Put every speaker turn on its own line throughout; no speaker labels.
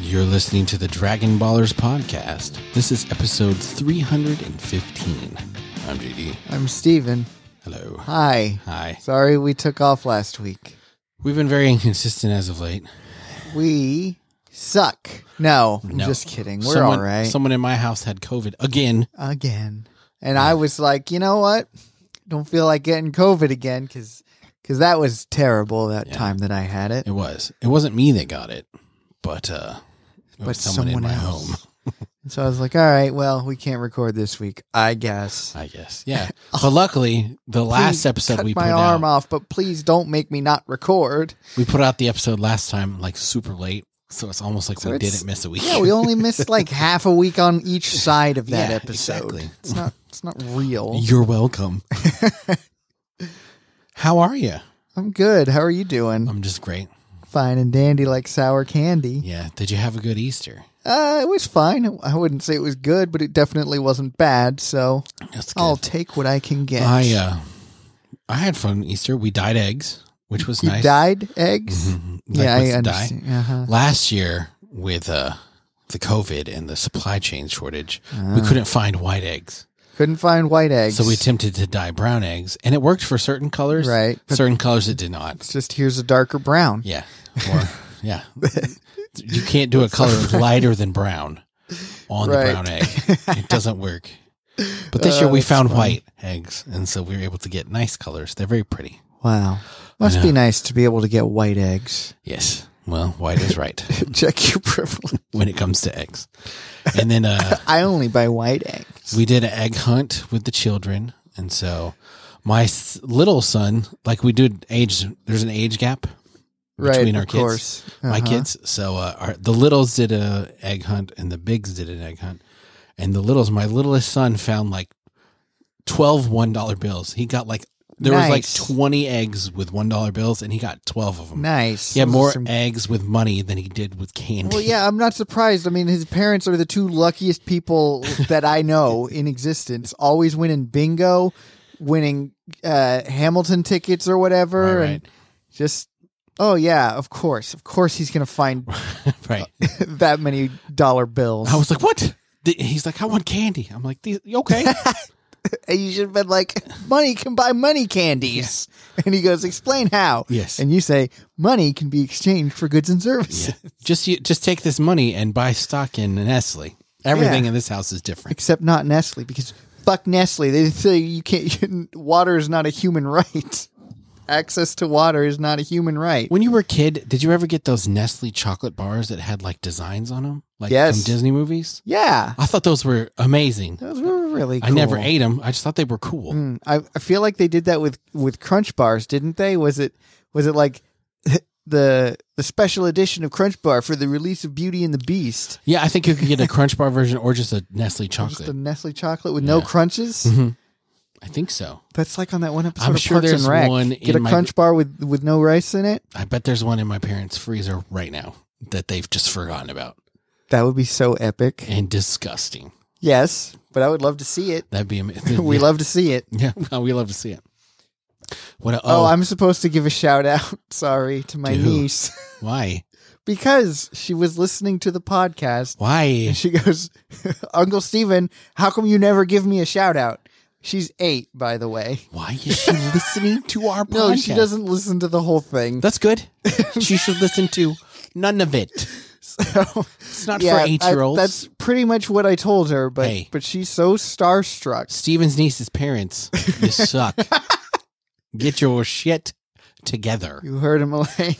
You're listening to the Dragon Ballers podcast. This is episode 315. I'm JD.
I'm Steven.
Hello.
Hi.
Hi.
Sorry we took off last week.
We've been very inconsistent as of late.
We suck. No, I'm
No.
just kidding. We're
someone,
all right.
Someone in my house had COVID again.
Again. And I was like, you know what? Don't feel like getting COVID again because that was terrible that
Yeah.
time that I had it.
It was. It wasn't me that got it, but uh, it
but
was someone, in my
else.
home,
And so I was like, all right, well, we can't record this week, I guess.
I guess. Yeah. But luckily, the last
Oh. Please
episode
cut
we put
my arm
out,
off, but please don't make me not record.
we put out the episode last time like super late, so it's almost like
So
we
it's-
didn't miss a week.
Yeah, we only missed like half a week on each side of that
Yeah,
episode.
exactly.
It's not. It's not real.
You're welcome. How are you?
I'm good. How are you doing?
I'm just great.
fine and dandy like sour candy.
Yeah. Did you have a good Easter?
Uh, it was fine. I wouldn't say it was good, but it definitely wasn't bad. So
That's
I'll take what I can get.
I uh, I had fun Easter. We dyed eggs, which was
you
nice.
dyed eggs.
Mhm. Like
Yeah,
with
I
the dye.
understand. Uh-huh.
Last year with uh, the COVID and the supply chain shortage, we couldn't find white eggs,
Couldn't find white Ah. eggs.
so we attempted to dye brown eggs, and it worked for certain colors.
Right. But-
certain colors it did not.
it's just here's a darker brown.
Yeah, or yeah, you can't do a color lighter than brown on
Right.
the brown egg. It doesn't work. But this year
Oh,
we
that's
found
funny.
white eggs, and so we were able to get nice colors. They're very pretty.
Wow. Must be nice to be able to get white eggs.
Yes. Well, white is right
Check your privilege.
when it comes to eggs. And then uh,
I only buy white eggs.
we did an egg hunt with the children. And so my s- little son, like we do age, there's an age gap
Right,
between our
of
kids.
course.
My
Uh-huh.
kids. So uh, our, the littles did a egg hunt and the bigs did an egg hunt. And the littles, my littlest son found like 12 $1 bills. He got like, there
Nice.
was like 20 eggs with $1 bills and he got 12 of them.
Nice.
He had
Those are
more
some-
eggs with money than he did with candy.
Well, yeah, I'm not surprised. I mean, his parents are the two luckiest people that I know in existence. Always winning bingo, winning uh, Hamilton tickets or whatever,
Right,
and just oh yeah, of course, of course, he's gonna find
right.
that many dollar bills.
I was like, "What?" Th- He's like, "I want candy." I'm like, "These- "Okay."
And you should have been like, money can buy money candies. And he goes, explain how.
Yes.
And you say, money can be exchanged for goods and services.
Yeah. Just you, just take this money and buy stock in Nestle. Everything
Yeah.
in this house is different.
except not Nestle because fuck Nestle. They say you can't. Water is not a human right. Access to water is not a human right.
When you were a kid, did you ever get those Nestle chocolate bars that had like designs on them, like
Yes.
from Disney movies?
Yeah,
I thought those were amazing.
those were really. Cool.
I never ate them. I just thought they were cool.
Mm, I, I feel like they did that with with Crunch bars, didn't they? Was it was it like the the special edition of Crunch Bar for the release of Beauty and the Beast?
Yeah, I think you could get a Crunch Bar version or just a Nestle
Just
chocolate.
the Nestle chocolate with no
Yeah.
crunches.
I think so.
That's like on that one episode.
I'm
of
sure
Parks
there's
and Rec.
one
Get
in
a
my-
Crunch bar with with no rice in it.
I bet there's one in my parents' freezer right now that they've just forgotten about
That would be so epic.
and disgusting.
Yes, but I would love to see it.
That'd be amazing.
we love to see it.
Yeah, well, we love to see it. What?
Oh,
oh,
I'm supposed to give a shout out, sorry, to my
To who?
niece
why?
because she was listening to the podcast
Why?
and she goes, Uncle Steven, how come you never give me a shout out? She's eight, by the way.
Why is she listening to our podcast?
No, she doesn't listen to the whole thing.
That's good. she should listen to none of it.
So,
It's not
yeah,
for
I-
eight-year-olds.
That's pretty much what I told her, but
Hey.
but she's so starstruck.
Steven's niece's parents. You suck. Get your shit together.
You heard him, Elaine.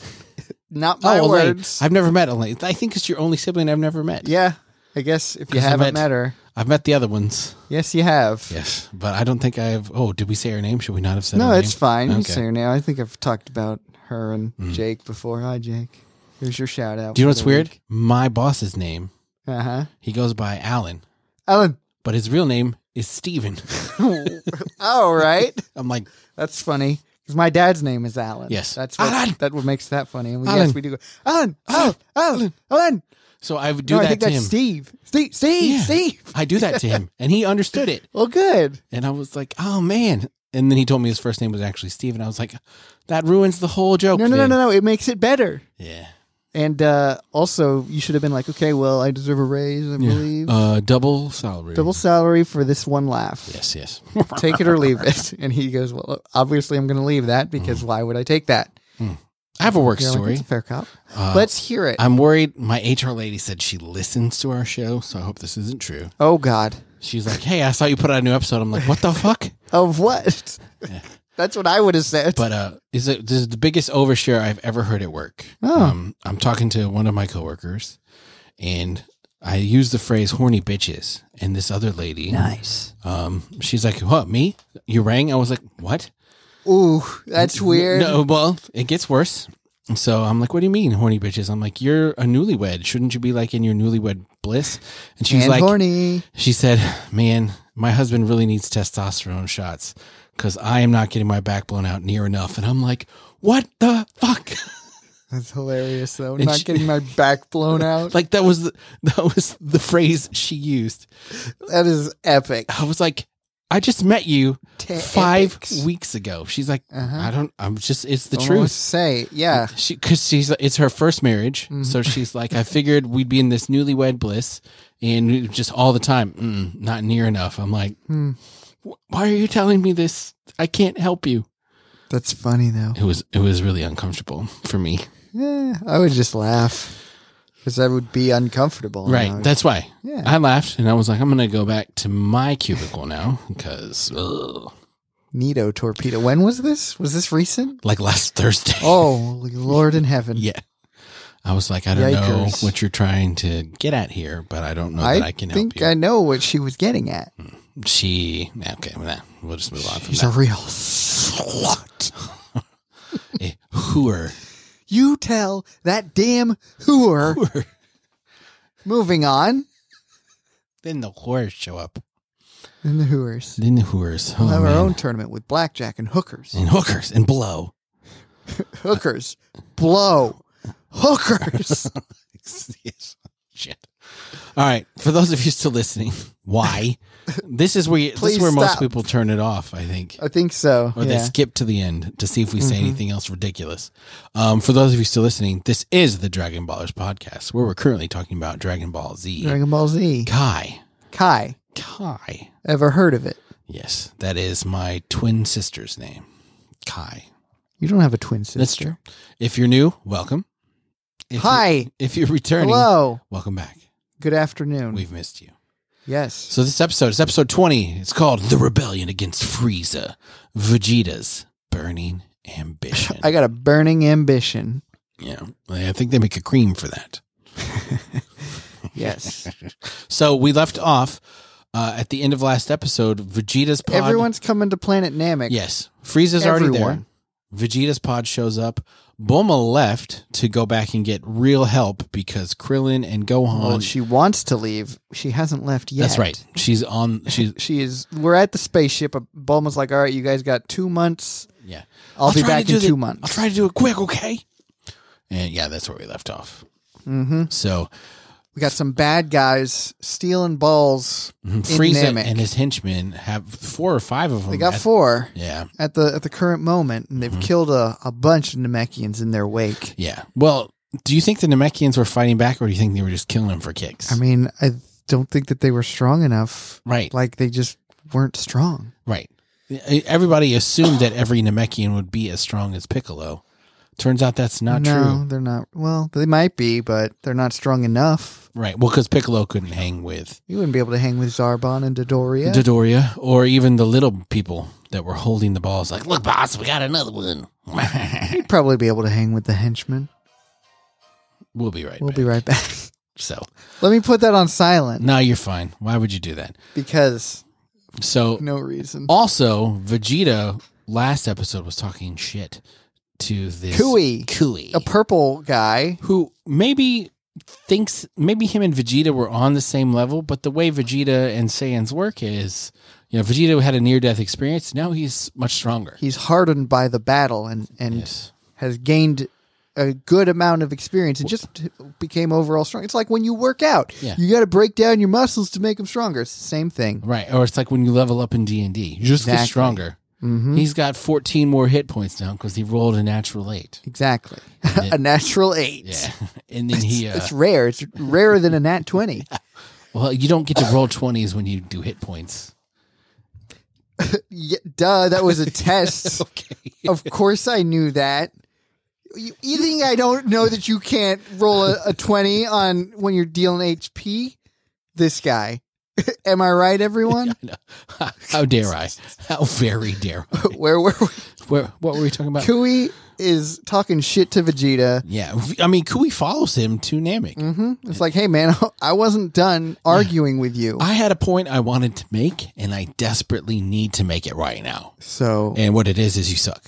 Not my
oh, Elaine.
words.
I've never met Elaine. I think it's your only sibling I've never met.
yeah, I guess if you
Because I met-
haven't met her,
I've met the other ones.
yes, you have.
Yes, but I don't think I have. Oh, did we say her name? Should we not have said?
No,
her
it's
name?
fine. You
Okay. Mm-hmm.
can say her name. I think I've talked about her and Jake before. Hi, Jake. Here's your shout out.
Do you know what's weird? My boss's name.
Uh huh.
He goes by Alan.
Ellen.
but his real name is Steven.
All Oh, right.
I'm like,
That's funny. Because my dad's name is Alan.
Yes.
That's what,
Alan.
That what makes that funny. And we,
Alan.
yes, we do go, Alan, Alan, Alan, Alan.
so I would do
no,
that
I think
to
that's
him.
Steve. Steve, Steve,
Yeah.
Steve.
I do that to him, and he understood it.
Well, good.
And I was like, oh man. And then he told me his first name was actually Steven. I was like, that ruins the whole joke.
No, no, no,
man.
no, no. It makes it better.
Yeah.
And uh, also, you should have been like, okay, well, I deserve a raise, I believe.
Uh, double salary.
Double salary for this one laugh.
Yes, yes.
Take it or leave it. And he goes, well, obviously, I'm going to leave that because why would I take that?
I have a Mm. work
You're like,
story.
"It's a fair cop.
Uh,
Let's hear it.
I'm worried. My HR lady said she listens to our show, so I hope this isn't true.
oh, God.
She's like, "Hey, I saw you put out a new episode." I'm like, "What the fuck?"
Of what?
Yeah.
That's what I would have said.
But uh, is it this is the biggest overshare I've ever heard at work.
Oh.
Um, I'm talking to one of my coworkers, and I use the phrase "horny bitches," and this other lady,
nice.
um, she's like, "What me? You rang?" I was like, "What?"
Ooh, that's weird.
No, well, it gets worse. And So I'm like, what do you mean, horny bitches? I'm like, you're a newlywed. Shouldn't you be like in your newlywed bliss? And she's
and
like,
horny.
she said, man, my husband really needs testosterone shots because I am not getting my back blown out near enough. And I'm like, what the fuck?
That's hilarious, though.
And
Not
she-
getting my back blown out.
like that was the, that was the phrase she used.
that is epic.
I was like, I just met you
Ta-
five
epics.
weeks ago. She's like,
Uh-huh.
I don't. I'm just. It's the
Don't know what
truth.
to Say, Oh, yeah.
she because she's it's her first marriage, so she's like, I figured we'd be in this newlywed bliss, and we just all the time, mm, not near enough. I'm like,
Hmm.
"Wh- why are you telling me this? I can't help you.
That's funny, though.
It was it was really uncomfortable for me.
Yeah, I would just laugh because I would be uncomfortable.
right,
And I would-
that's why
yeah.
I laughed and I was like, I'm gonna go back to my cubicle now because
Neato torpedo. When was this? Was this recent?
like last Thursday.
Oh, Lord in heaven.
yeah. I was like, I don't know
Yikers.
what you're trying to get at here, but I don't know that I can help
think
you. Mm-hmm.
I know what she was getting at.
she okay, well, nah, we'll just move on from
She's
that.
a real slut.
a hooer.
You tell that damn whore. Moving on.
Then the whores show up.
And the whores.
Then the whores. Oh,
We'll have
man.
our own tournament with blackjack and hookers.
And hookers and blow.
Hookers. Blow. Hookers.
yes. Shit. All right. For those of you still listening, why? This is where you, this
Please
is where most
stop.
people turn it off. I think.
I think so.
Or they
yeah. Mm-hmm.
skip to the end to see if we say anything else ridiculous. Um, for those of you still listening, this is the Dragon Ballers podcast, where we're currently talking about Dragon Ball Z.
Dragon Ball Z.
Kai.
Kai.
Kai.
Ever heard of it?
Yes, that is my twin sister's name. Kai.
You don't have a twin sister.
That's true. If you're new, welcome. If you-
Hi.
if you're returning,
Hello.
welcome back.
Good afternoon.
We've missed you.
yes.
So this episode is episode 20. It's called The Rebellion Against Frieza, Vegeta's Burning Ambition.
I got a burning ambition.
yeah, I think they make a cream for that.
Yes.
So we left off uh, at the end of last episode. Vegeta's pod.
Everyone's coming to Planet Namek.
Yes. Frieza's already there.
Everyone.
Vegeta's pod shows up. Bulma left to go back and get real help because Krillin and Gohan.
Well, she wants to leave. She hasn't left yet.
that's right. She's on. She's
She is. We're at the spaceship. Bulma's like, "All right, you guys got two months.
Yeah.
I'll, be
try to
back
do
in
the-
two
I'll
months."
try to do it quick, okay? And yeah, that's where we left off.
hmm
So
We got some bad guys stealing balls.
Frieza
Namek.
Mm-hmm. and his henchmen have four or five of them.
They got
at-
four
Yeah.
at the at the current moment, and they've
Mm-hmm.
killed a, a bunch of Namekians in their wake.
Yeah. Well, do you think the Namekians were fighting back or do you think they were just killing them for kicks?
I mean, I don't think that they were strong enough.
right.
Like they just weren't strong.
Right. E-, Everybody assumed that every Namekian would be as strong as Piccolo. Turns out that's not
no,
true.
they're not. Well, they might be, but they're not strong enough.
Right. Well, because Piccolo couldn't hang with
You wouldn't be able to hang with Zarbon and Dodoria.
Dodoria or even the little people that were holding the balls. Like, look, boss, we got another one.
You'd probably be able to hang with the henchmen.
we'll be right
We'll
back.
be right back.
So
Let me put that on silent
no, you're fine. Why would you do that?
because
So
no reason.
also, Vegeta last episode was talking shit to this
Kui,
Kui,
a purple guy.
who maybe thinks maybe him and Vegeta were on the same level, but the way Vegeta and Saiyan's work is, you know, Vegeta had a near death experience. Now he's much stronger.
He's hardened by the battle and and
Yes.
has gained a good amount of experience and just became overall strong. It's like when you work out,
Yeah. Mm.
you got to break down your muscles to make them stronger. It's the same thing.
Right, or it's like when you level up in D and D, you just get
Exactly.
stronger.
Mm-hmm.
He's got 14 more hit points now because he rolled a natural eight.
Exactly.
then-
a natural eight.
Yeah, and then he uh,
It's rare. It's rarer than a nat 20.
well, you don't get to roll 20s when you do hit points.
Yeah, duh, that was a test.
Okay.
of course I knew that. You, you think I don't know that you can't roll a, a 20 on when you're dealing HP? This guy. Am I right, everyone?
How dare I? How very dare I?
Where were we?
Where, what were we talking about?
Kui is talking shit to Vegeta.
Yeah, I mean, Kui follows him to Namek.
hmm It's like, hey, man, I wasn't done arguing with you.
I had a point I wanted to make, and I desperately need to make it right now.
So
And what it is is you suck.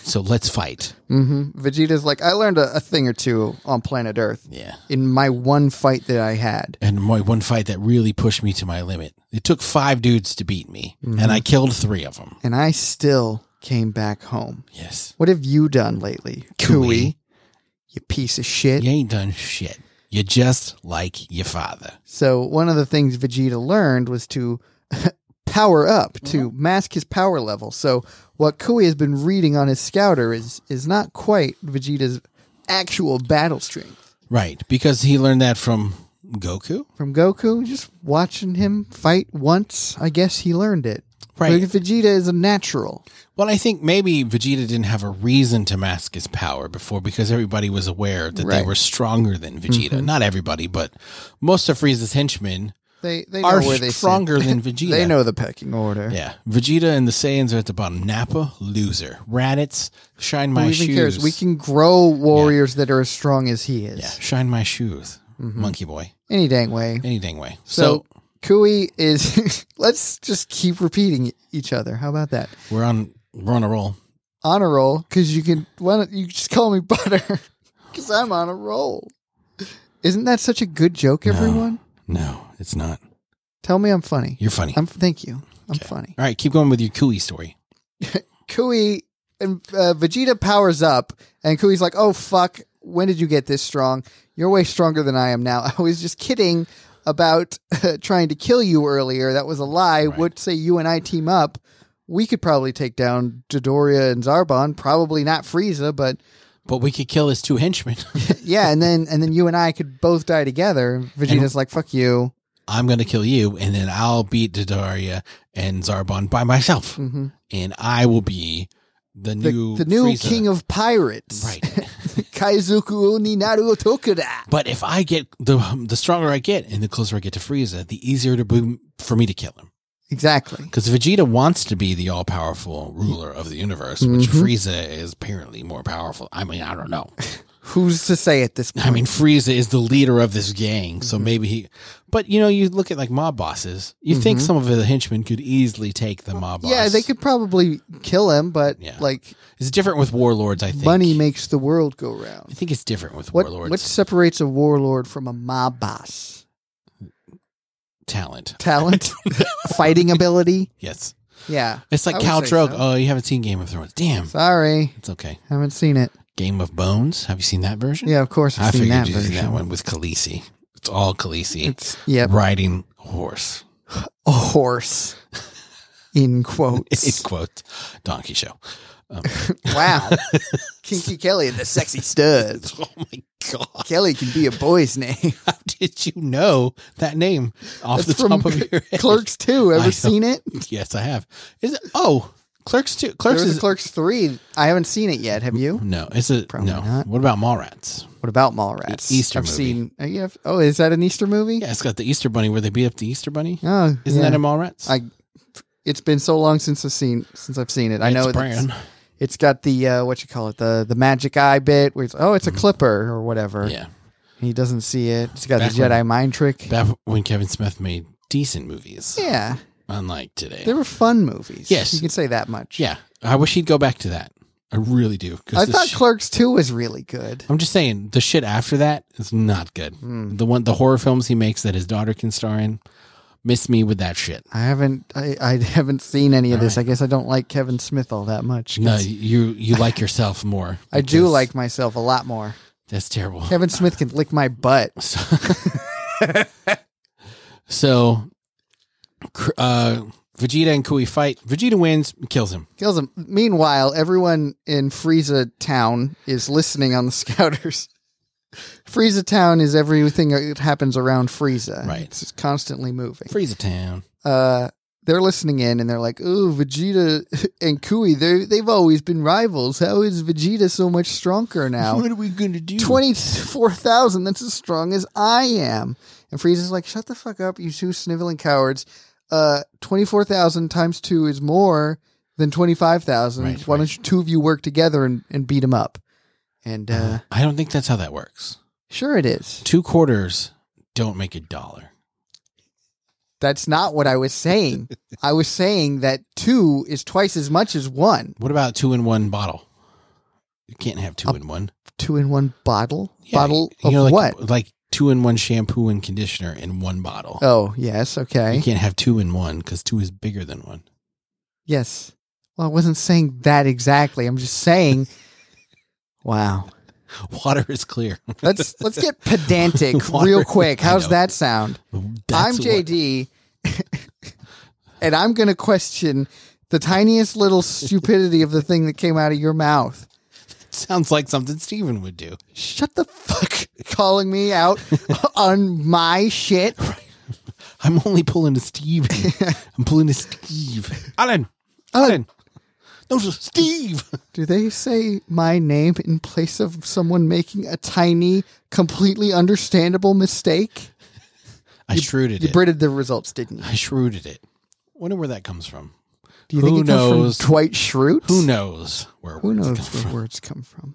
so let's fight.
mhm. Vegeta's like, I learned a, a thing or two on planet Earth
Yeah.
in my one fight that I had.
And my one fight that really pushed me to my limit. It took five dudes to beat me, and I killed three of them.
And I still came back home.
Yes.
What have you done lately,
Cooey.
Cooey? You piece of shit.
You ain't done shit. You're just like your father.
So one of the things Vegeta learned was to power up to mask his power level. So what Kui has been reading on his scouter is is not quite Vegeta's actual battle strength.
Right. Because he learned that from Goku.
From Goku, just watching him fight once, I guess he learned it.
Right.
But Vegeta is a natural.
Well, I think maybe Vegeta didn't have a reason to mask his power before because everybody was aware that they
Right. Mm-hmm.
were stronger than Vegeta. Not everybody, but most of Frieza's henchmen
They they know
are
where they
stronger
sit.
than Vegeta.
they know the pecking order.
Yeah, Vegeta and the Saiyans are at the bottom. Nappa, loser. Raditz, shine my
Who even
shoes.
cares? We can grow warriors that are as strong as he is.
yeah, shine my shoes. Monkey boy,
Any dang way.
any dang way. So,
Mm-hmm. So, Kui is. let's just keep repeating each other. How about that?
we're on we're on a roll.
On a roll, because you can. Why don't you just call me Butter? Because I'm on a roll. Isn't that such a good joke, everyone?
No, it's not.
Tell me I'm funny.
You're funny.
I'm. Thank you. I'm funny.
All right, keep going with your Kui story.
Kui and uh, Vegeta powers up, and Kui's like, "Oh fuck! When did you get this strong? You're way stronger than I am now. I was just kidding about trying to kill you earlier. That was a lie.
Right.
What say you and I team up? We could probably take down Dodoria and Zarbon. Probably not Frieza, but
But we could kill his two henchmen.
yeah. And then and then you and I could both die together. Vegeta's like, "Fuck you."
I'm gonna kill you, and then I'll beat Dodaria and Zarbon by myself,
hmm
and I will be the
The
new
the new
Frieza.
king of pirates,
right.
Kaizuku ni naru tokura.
But if I get the the stronger I get and the closer I get to Frieza, the easier to be for me to kill him.
Exactly.
Because Vegeta wants to be the all powerful ruler of the universe, which
Mhm.
Frieza is apparently more powerful. I mean, I don't know.
Who's to say at this point?
I mean, Frieza is the leader of this gang,
Mm-hmm.
so maybe he. But you know, you look at like mob bosses. You think
Mhm.
some of the henchmen could easily take the mob boss.
Yeah, they could probably kill him, but
Yeah.
like
It's different with warlords. I think
money makes the world go
I
round.
think it's different with
What
warlords.
what separates a warlord from a mob boss?
talent?
Talent, fighting ability.
Yes,
Yeah,
it's like
I would
Cal
say
Drogo.
so.
Oh, you haven't seen Game of Thrones? Damn,
sorry,
it's okay.
haven't seen it.
Game of Bones. Have you seen that version?
Yeah, of course I've
I
seen
figured
that
you'd
version.
seen that one with Khaleesi. It's all Khaleesi
It's yep,
riding a horse.
a horse. In
It's
quotes.
quote Donkey Show.
wow, Kinky Kelly and the sexy studs.
Oh my god!
Kelly can be a boy's name.
How did you know that name off
That's
the top
from
of your head?
Clerks two.
I
Ever
know.
seen it?
Yes, I have. Is it? Oh, Clerks too. Clerks
there was
is
a Clerks three. I haven't seen it yet. Have you?
no. It's a
Probably
no.
not.
What about Mallrats?
What about Mallrats?
E- Easter
I've
movie.
seen. uh, yeah, oh, is that an Easter movie?
Yeah, it's got the Easter Bunny where they beat up the Easter Bunny.
Oh,
Isn't
yeah.
that in Mallrats?
I- It's been so long since I've seen since I've seen it. I
it's
know it's,
Bran.
it's got the uh, what you call it the the magic eye bit. Where it's, oh, it's a clipper or whatever.
Mm-hmm. Yeah,
He doesn't see it. It's got
Back
the
when-
Jedi mind trick.
back when Kevin Smith made decent movies,
yeah,
unlike today.
they were fun movies.
Yes.
you can say that much.
Yeah, I wish he'd go back to that. I really do. 'cause
I
the
thought
sh-
Clerks two was really good.
I'm just saying the shit after that is not good.
Hmm.
The one, the horror films he makes that his daughter can star in, miss me with that shit.
I haven't I, I haven't seen any of
All
this.
right.
I guess I don't like Kevin Smith all that much.
No,
'cause
you you like yourself more.
I do
because
like myself a lot more.
that's terrible.
Kevin Smith can lick my butt.
So, so cr- uh, Vegeta and Kui fight. Vegeta wins, kills him.
Kills him. Meanwhile, everyone in Frieza Town is listening on the scouters. Frieza Town is everything that happens around Frieza.
Right.
It's just constantly moving.
Freeze a town.
Uh, they're listening in and they're like, "Ooh, Vegeta and Kui, they they've always been rivals. How is Vegeta so much stronger now?"
are we going to do?
24,000. That's as strong as I am. And Frieza's like, shut the fuck up, you two sniveling cowards. Uh, 24,000 times two is more than 25,000.
Right,
Why
right.
don't you two of you work together and, and beat him up? And uh,
I don't think that's how that works.
sure it is.
Two quarters don't make a dollar.
That's not what I was saying. I was saying that two is twice as much as one.
What about two in one bottle? You can't have two in one.
Two in one bottle?
Yeah,
bottle
you
of
know, like, uh,
what?
Like two in one shampoo and conditioner in one bottle.
Oh, yes.
You
Okay.
can't have two in one because two is bigger than one.
Yes. Well, I wasn't saying that exactly. I'm just saying, wow.
Water is clear.
Let's let's get pedantic
Water.
real quick.
I
How's
know.
that sound?
That's
I'm
what-
JD, and I'm going to question the tiniest little stupidity of the thing that came out of your mouth.
sounds like something Steven would do.
Shut the fuck calling me out on my shit.
I'm only pulling a Steve. I'm pulling a Steve. Alan. Alan. No, Steve.
Do they say my name in place of someone making a tiny, completely understandable mistake?
I shrewded
You
it.
britted the results, didn't you?
I shrewded it. Wonder where that comes from.
Do you
Who
think it
knows?
comes from Dwight Schrute?
Who knows where
Who
words
knows
come
where
from?
words come from?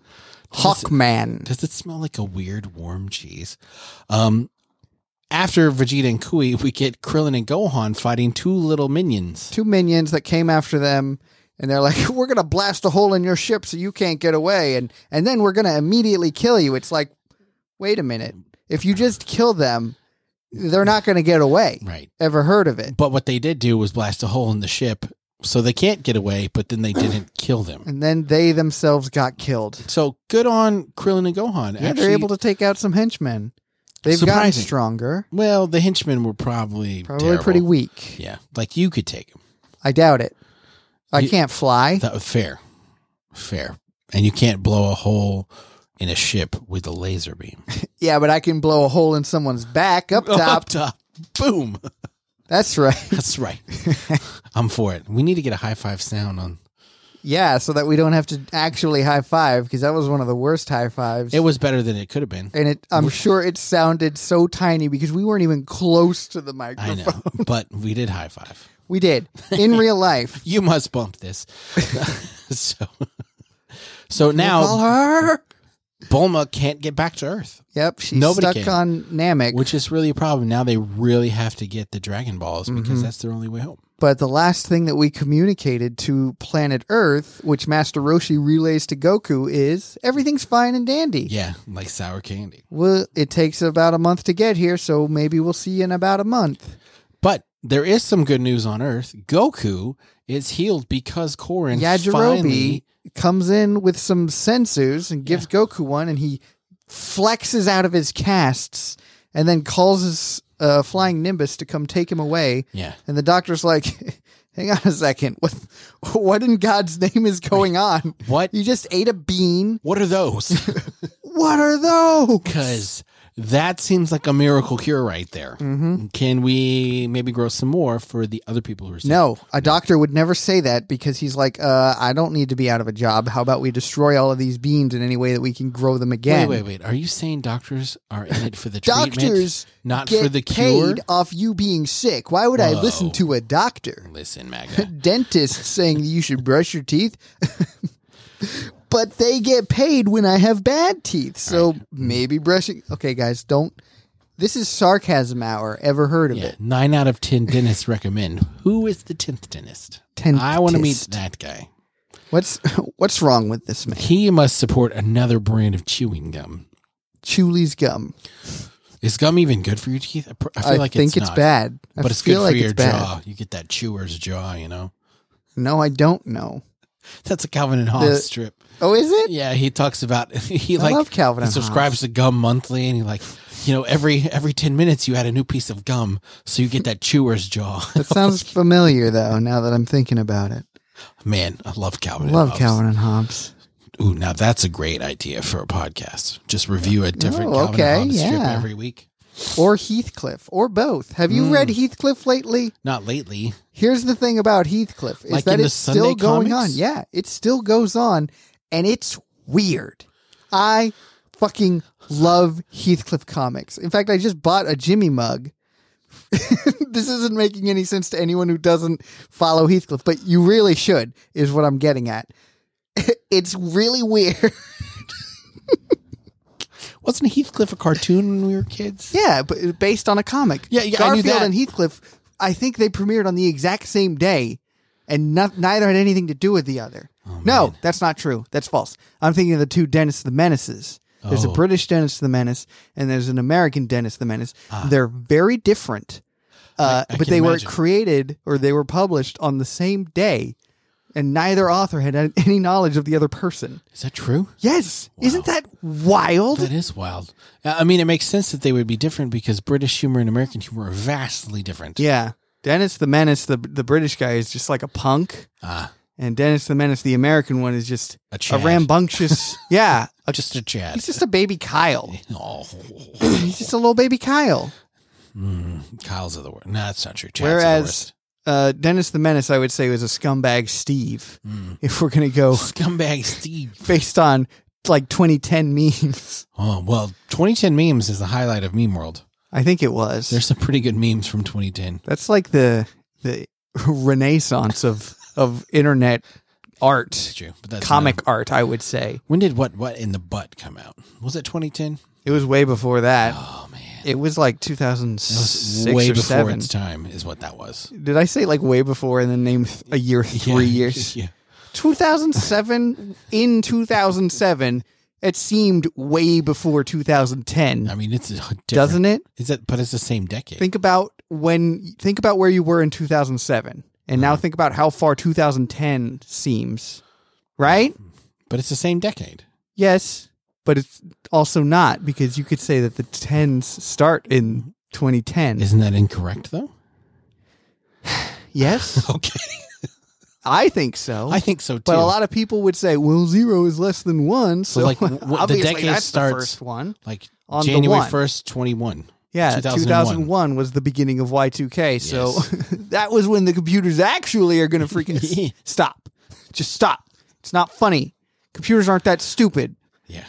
Hawkman.
Does it smell like a weird warm cheese? Um, after Vegeta and Kui, we get Krillin and Gohan fighting two little minions.
two minions that came after them and they're like we're going to blast a hole in your ship so you can't get away and and then we're going to immediately kill you it's like wait a minute if you just kill them they're not going to get away
Right.
ever heard of it
But what they did do was blast a hole in the ship, so they can't get away. But then they didn't kill them.
and then they themselves got killed
So good on Krillin and Gohan.
yeah they're able to take out some henchmen they've gotten
Surprising.
stronger
Well, the henchmen were probably
probably
terrible.
pretty weak
Yeah, like you could take them.
i doubt it i
You-
can't fly
That was fair, fair. And you can't blow a hole in a ship with a laser beam
yeah but i can blow a hole in someone's back up
Up
top
top. Boom.
that's right
That's right. I'm for it. We need to get a high five sound on.
Yeah, so that we don't have to actually high five because that was one of the worst high fives.
It was better than it could have been.
and it, I'm sure it sounded so tiny because we weren't even close to the
I
microphone.
know, but we did high five.
We did in real life.
You must bump this. so, so
Call
now
her.
Bulma can't get back to Earth,
Yep, she's
Nobody
stuck
can.
on Namek.
which is really a problem. Now they really have to get the Dragon Balls
Mm-hmm.
because that's their only way home.
but the last thing that we communicated to planet Earth, which Master Roshi relays to Goku, is everything's fine and dandy.
Yeah, like sour candy.
Well, it takes about a month to get here, so maybe we'll see you in about a month.
But there is some good news on Earth. Goku is healed because Korin
Yajirobe
finally
comes in with some sensus and gives Goku one, and he flexes out of his casts and then calls his uh, flying Nimbus to come take him away.
Yeah.
And the doctor's like, "Hang on a second, what? What in God's name is going on?
What
You just ate a bean.
what are those?
What are those?
Because that seems like a miracle cure right there.
Mm-hmm.
Can we maybe grow some more for the other people who are sick?
No, a doctor would never say that because he's like, uh, I don't need to be out of a job. How about we destroy all of these beans in any way that we can grow them
Wait,
again?
wait, wait. Are you saying doctors are in it for the treatment,
Doctors
not
get
for the cure?
paid off you being sick. Why would I
Whoa.
listen to a doctor?
Listen, MAGA.
Dentist saying you should brush your teeth. but they get paid when I have bad teeth. So maybe brushing. Okay, guys, don't. This is sarcasm hour. Ever heard of
Yeah,
it?
nine out of ten dentists recommend. Who is the tenth dentist? I want to meet that guy.
What's what's wrong with this man?
He must support another brand of chewing gum.
Chuli's gum.
Is gum even good for your teeth? I, pr- I feel
I
like
think
it's,
it's,
not,
bad. I
but it's good
feel
for
like
your
it's bad.
jaw. You get that chewer's jaw, you know.
No, I don't know.
That's a Calvin and Hobbes
The-
strip.
Oh, is it?
Yeah, he talks about he
I
like
love Calvin
he
and
subscribes to Gum Monthly, and he like you know, every every ten minutes you add a new piece of gum, so you get that chewer's jaw.
That sounds familiar though. Now that I'm thinking about it,
Man, I love Calvin. and
love
Hobbes.
Calvin and Hobbes.
Ooh, now that's a great idea for a podcast. Just review a different
Oh,
Calvin
okay,
and Hobbes strip
yeah.
every week.
or Heathcliff or both. Have you
Mm.
read Heathcliff lately?
Not lately.
Here's the thing about Heathcliff is
Like
that
in the
it's still
Sunday
going
comics?
on. Yeah, it still goes on and it's weird. I fucking love Heathcliff comics. In fact, I just bought a Jimmy mug. this isn't making any sense to anyone who doesn't follow Heathcliff, but you really should is what I'm getting at. it's really weird.
Wasn't Heathcliff a cartoon when we were kids?
Yeah, but uh, based on a comic.
Yeah, yeah, I knew
Garfield
that.
and Heathcliff. I think they premiered on the exact same day, and not, neither had anything to do with the other.
Oh,
no, that's not true. That's false. I'm thinking of the two Dennis the Menaces. There's a
Oh.
British Dennis the Menace, and there's an American Dennis the Menace. They're very different,
Ah.
uh,
I
but
can
they
imagine.
were created or they were published on the same day, and neither author had any knowledge of the other person.
Is that true?
Yes, isn't that wild?
That is wild. Uh, I mean, it makes sense that they would be different because British humor and American humor are vastly different.
Yeah. Dennis the Menace, the the British guy, is just like a punk,
Ah,
and Dennis the Menace, the American one, is just
a
a
Chad. Oh,
rambunctious. yeah, a-
Just a Chad.
he's just a baby Kyle.
oh,
He's just a little baby Kyle.
Mm, Kyle's are the worst. No, that's not true. Chad's are the
Whereas
worst.
uh, Dennis the Menace, I would say, was a scumbag Steve.
Mm.
If we're gonna go
Scumbag Steve.
based on like 2010 memes,
Oh, well, 2010 memes is the highlight of meme world.
I think it was.
There's some pretty good memes from 2010.
That's like the the renaissance of of internet
It's
art,
true. But that's
comic
not-
art. I would say
when did What What in the Butt come out? Was it 2010?
it was way before that.
Oh, man.
It was like
That was
2006
way
or
before
7.
its time, is what that was.
Did I say like way before and then name th- a year three
Yeah.
years?
Yeah.
2007, in 2007, it seemed way before 2010,
I mean, it's a different.
doesn't it?
Is that, but it's the same decade.
Think about when, think about where you were in 2007 and now think about how far 2010 seems, right?
but it's the same decade.
Yes, but it's also not because you could say that the 10s start in 2010.
Isn't that incorrect though?
Yes,
Okay.
I think so.
I think so too.
But a lot of people would say, "Well, zero is less than one, so,
like, w- w- the
obviously
decade
that's
starts-
the first one."
like
on the
January
one.
1st, 21.
Yeah,
2001.
2001. was the beginning of Y2K, so
Yes.
that was when the computers actually are going to freak us.
Yeah.
Stop, just stop. It's not funny. Computers aren't that stupid.
Yeah.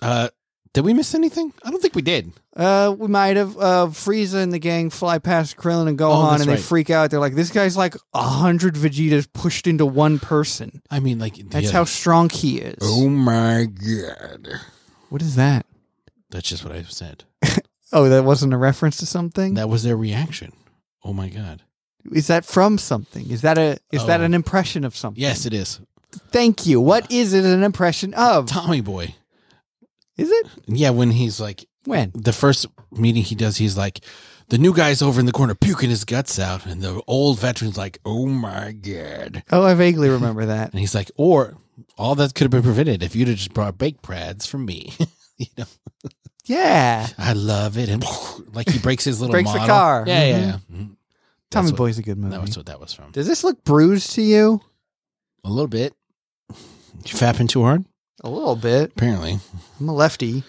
Uh did we miss anything? I don't think we did.
Uh, we might have uh, Frieza and the gang fly past Krillin and Gohan,
Oh, that's
and they
right.
freak out. They're like, "This guy's like a hundred Vegetas pushed into one person.
I mean like
That's
yeah.
how strong he is."
Oh my god.
What is that?
That's just what I said.
Oh, that wasn't a reference to something.
That was their reaction. Oh my god.
Is that from something? Is that a is that
Oh.
an impression of something?
Yes, Ah. it is.
Thank you. What is it an impression of?
Tommy boy.
Is it?
Yeah, when he's like
When?
the first meeting he does, he's like, the new guy's over in the corner puking his guts out, and the old veteran's like, oh my god.
Oh, I vaguely remember that.
And he's like, or all that could have been prevented if you'd have just brought baked prads from me. you know,
Yeah.
I love it. And like he breaks his little
Breaks the
model.
car.
Yeah, yeah,
Mhm.
yeah. Mhm.
Tommy
what-
Boy's a good movie.
That was what that was from.
Does this look bruised to you?
A little bit. Did you fapping too hard?
A little bit.
Apparently.
I'm a lefty.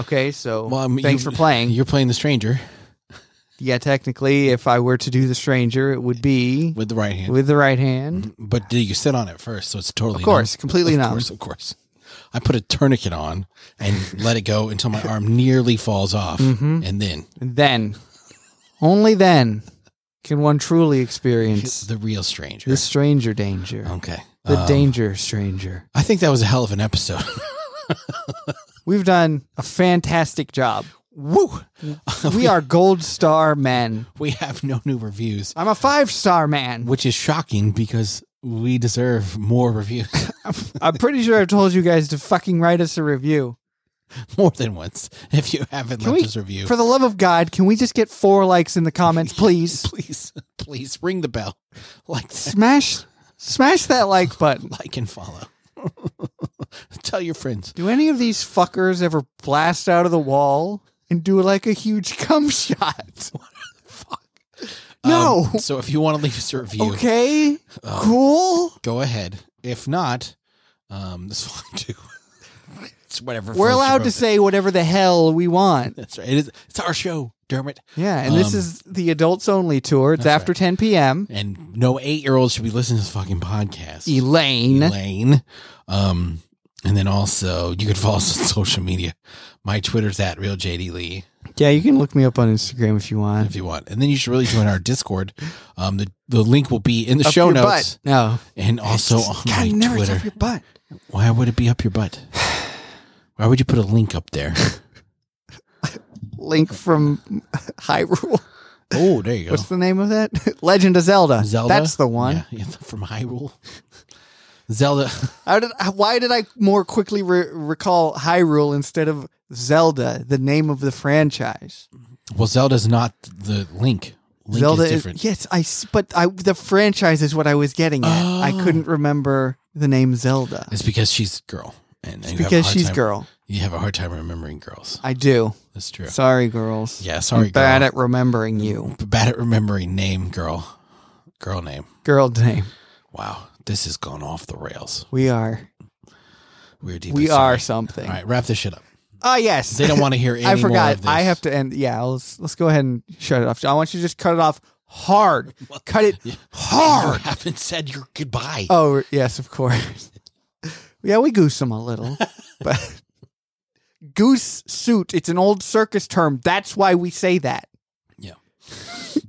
Okay, so
Well, I mean,
thanks
you-
for playing.
You're playing the stranger
Yeah, technically, if I were to do the stranger, it would be
with the right hand.
with the right hand.
but do you sit on it first? So it's totally
Of course, completely
numb.
numb.
Of course, of course. I put a tourniquet on and let it go until my arm nearly falls off.
Mhm.
And then
And then, only then, can one truly experience
the real stranger.
the stranger danger.
okay.
The
Um,
danger stranger.
I think that was a hell of an episode.
We've done a fantastic job.
Woo!
We are gold star men.
We have no new reviews,
I'm a five star man.
which is shocking because we deserve more reviews
I'm pretty sure I've told you guys to fucking write us a review.
more than once. If you haven't
Can
left
we-
us a review,
For the love of God, can we just get four likes in the comments, please?
please, please ring the bell, like, that,
Smash smash that like button.
like and follow. Tell your friends.
Do any of these fuckers ever blast out of the wall? and do like a huge cum shot. No.
Um, so if you want to leave us a review,
Okay.
um,
Cool.
go ahead. If not, um, that's fine too. it's whatever.
We're
floats your
allowed
boat.
to say whatever the hell we want.
That's right. It is. It's our show, Dermot,
Yeah, and this
Um,
is the adults only tour. It's
that's
after 10 p.m.
and no eight-year-old should be listening to this fucking podcast.
Elaine.
Elaine. Um, and then also you can follow us on social media. My Twitter's at real JD Lee
Yeah, you can look me up on Instagram if you want.
if you want. And then you should really join our Discord. Um, the the link will be in the show
your
notes
butt. No.
and also on
God,
my
nerds,
Twitter.
up your butt.
Why would it be up your butt? Why would you put a link up there?
Link from Hyrule.
Oh, there you go.
What's the name of that? Legend of Zelda.
Zelda.
That's the one.
Yeah, yeah, from Hyrule. Zelda.
How did? Why did I more quickly re- recall Hyrule instead of Zelda, the name of the franchise?
Well, Zelda's not the link. Link
Zelda
is different.
yes, I. s- But I, the franchise is what I was getting at. I
Oh.
couldn't remember the name Zelda
It's because she's girl, and you have a
because
hard
she's
time-
girl.
You have a hard time remembering girls.
I do.
That's true.
Sorry, girls.
yeah, sorry,
I'm bad
girl.
at remembering you.
bad at remembering name, girl. Girl name.
Girl name.
Wow, this has gone off the rails.
We are.
We're deeply
We are
sorry.
something.
All right, wrap this shit up.
Ah, yes.
They don't want to hear any
I
more
forgot.
of this.
I have to end. Yeah, let's let's go ahead and shut it off. I want you to just cut it off hard. Cut it
You
hard.
haven't said your goodbye.
Oh yes, of course. yeah, we goose them a little, but goose suit. It's an old circus term. That's why we say that.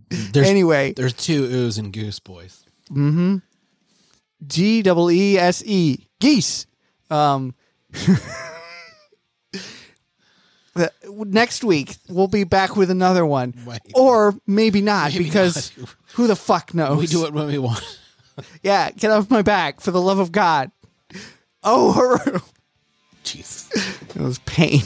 there's
anyway,
there's two oohs and goose boys.
mm-hmm. G double E S E geese. Um, the- next week we'll be back with another one,
Wait.
or maybe not
Maybe
because
not.
who the fuck knows?
we do it when we want.
Yeah, get off my back for the love of God. Oh,
Jesus.
it was pain.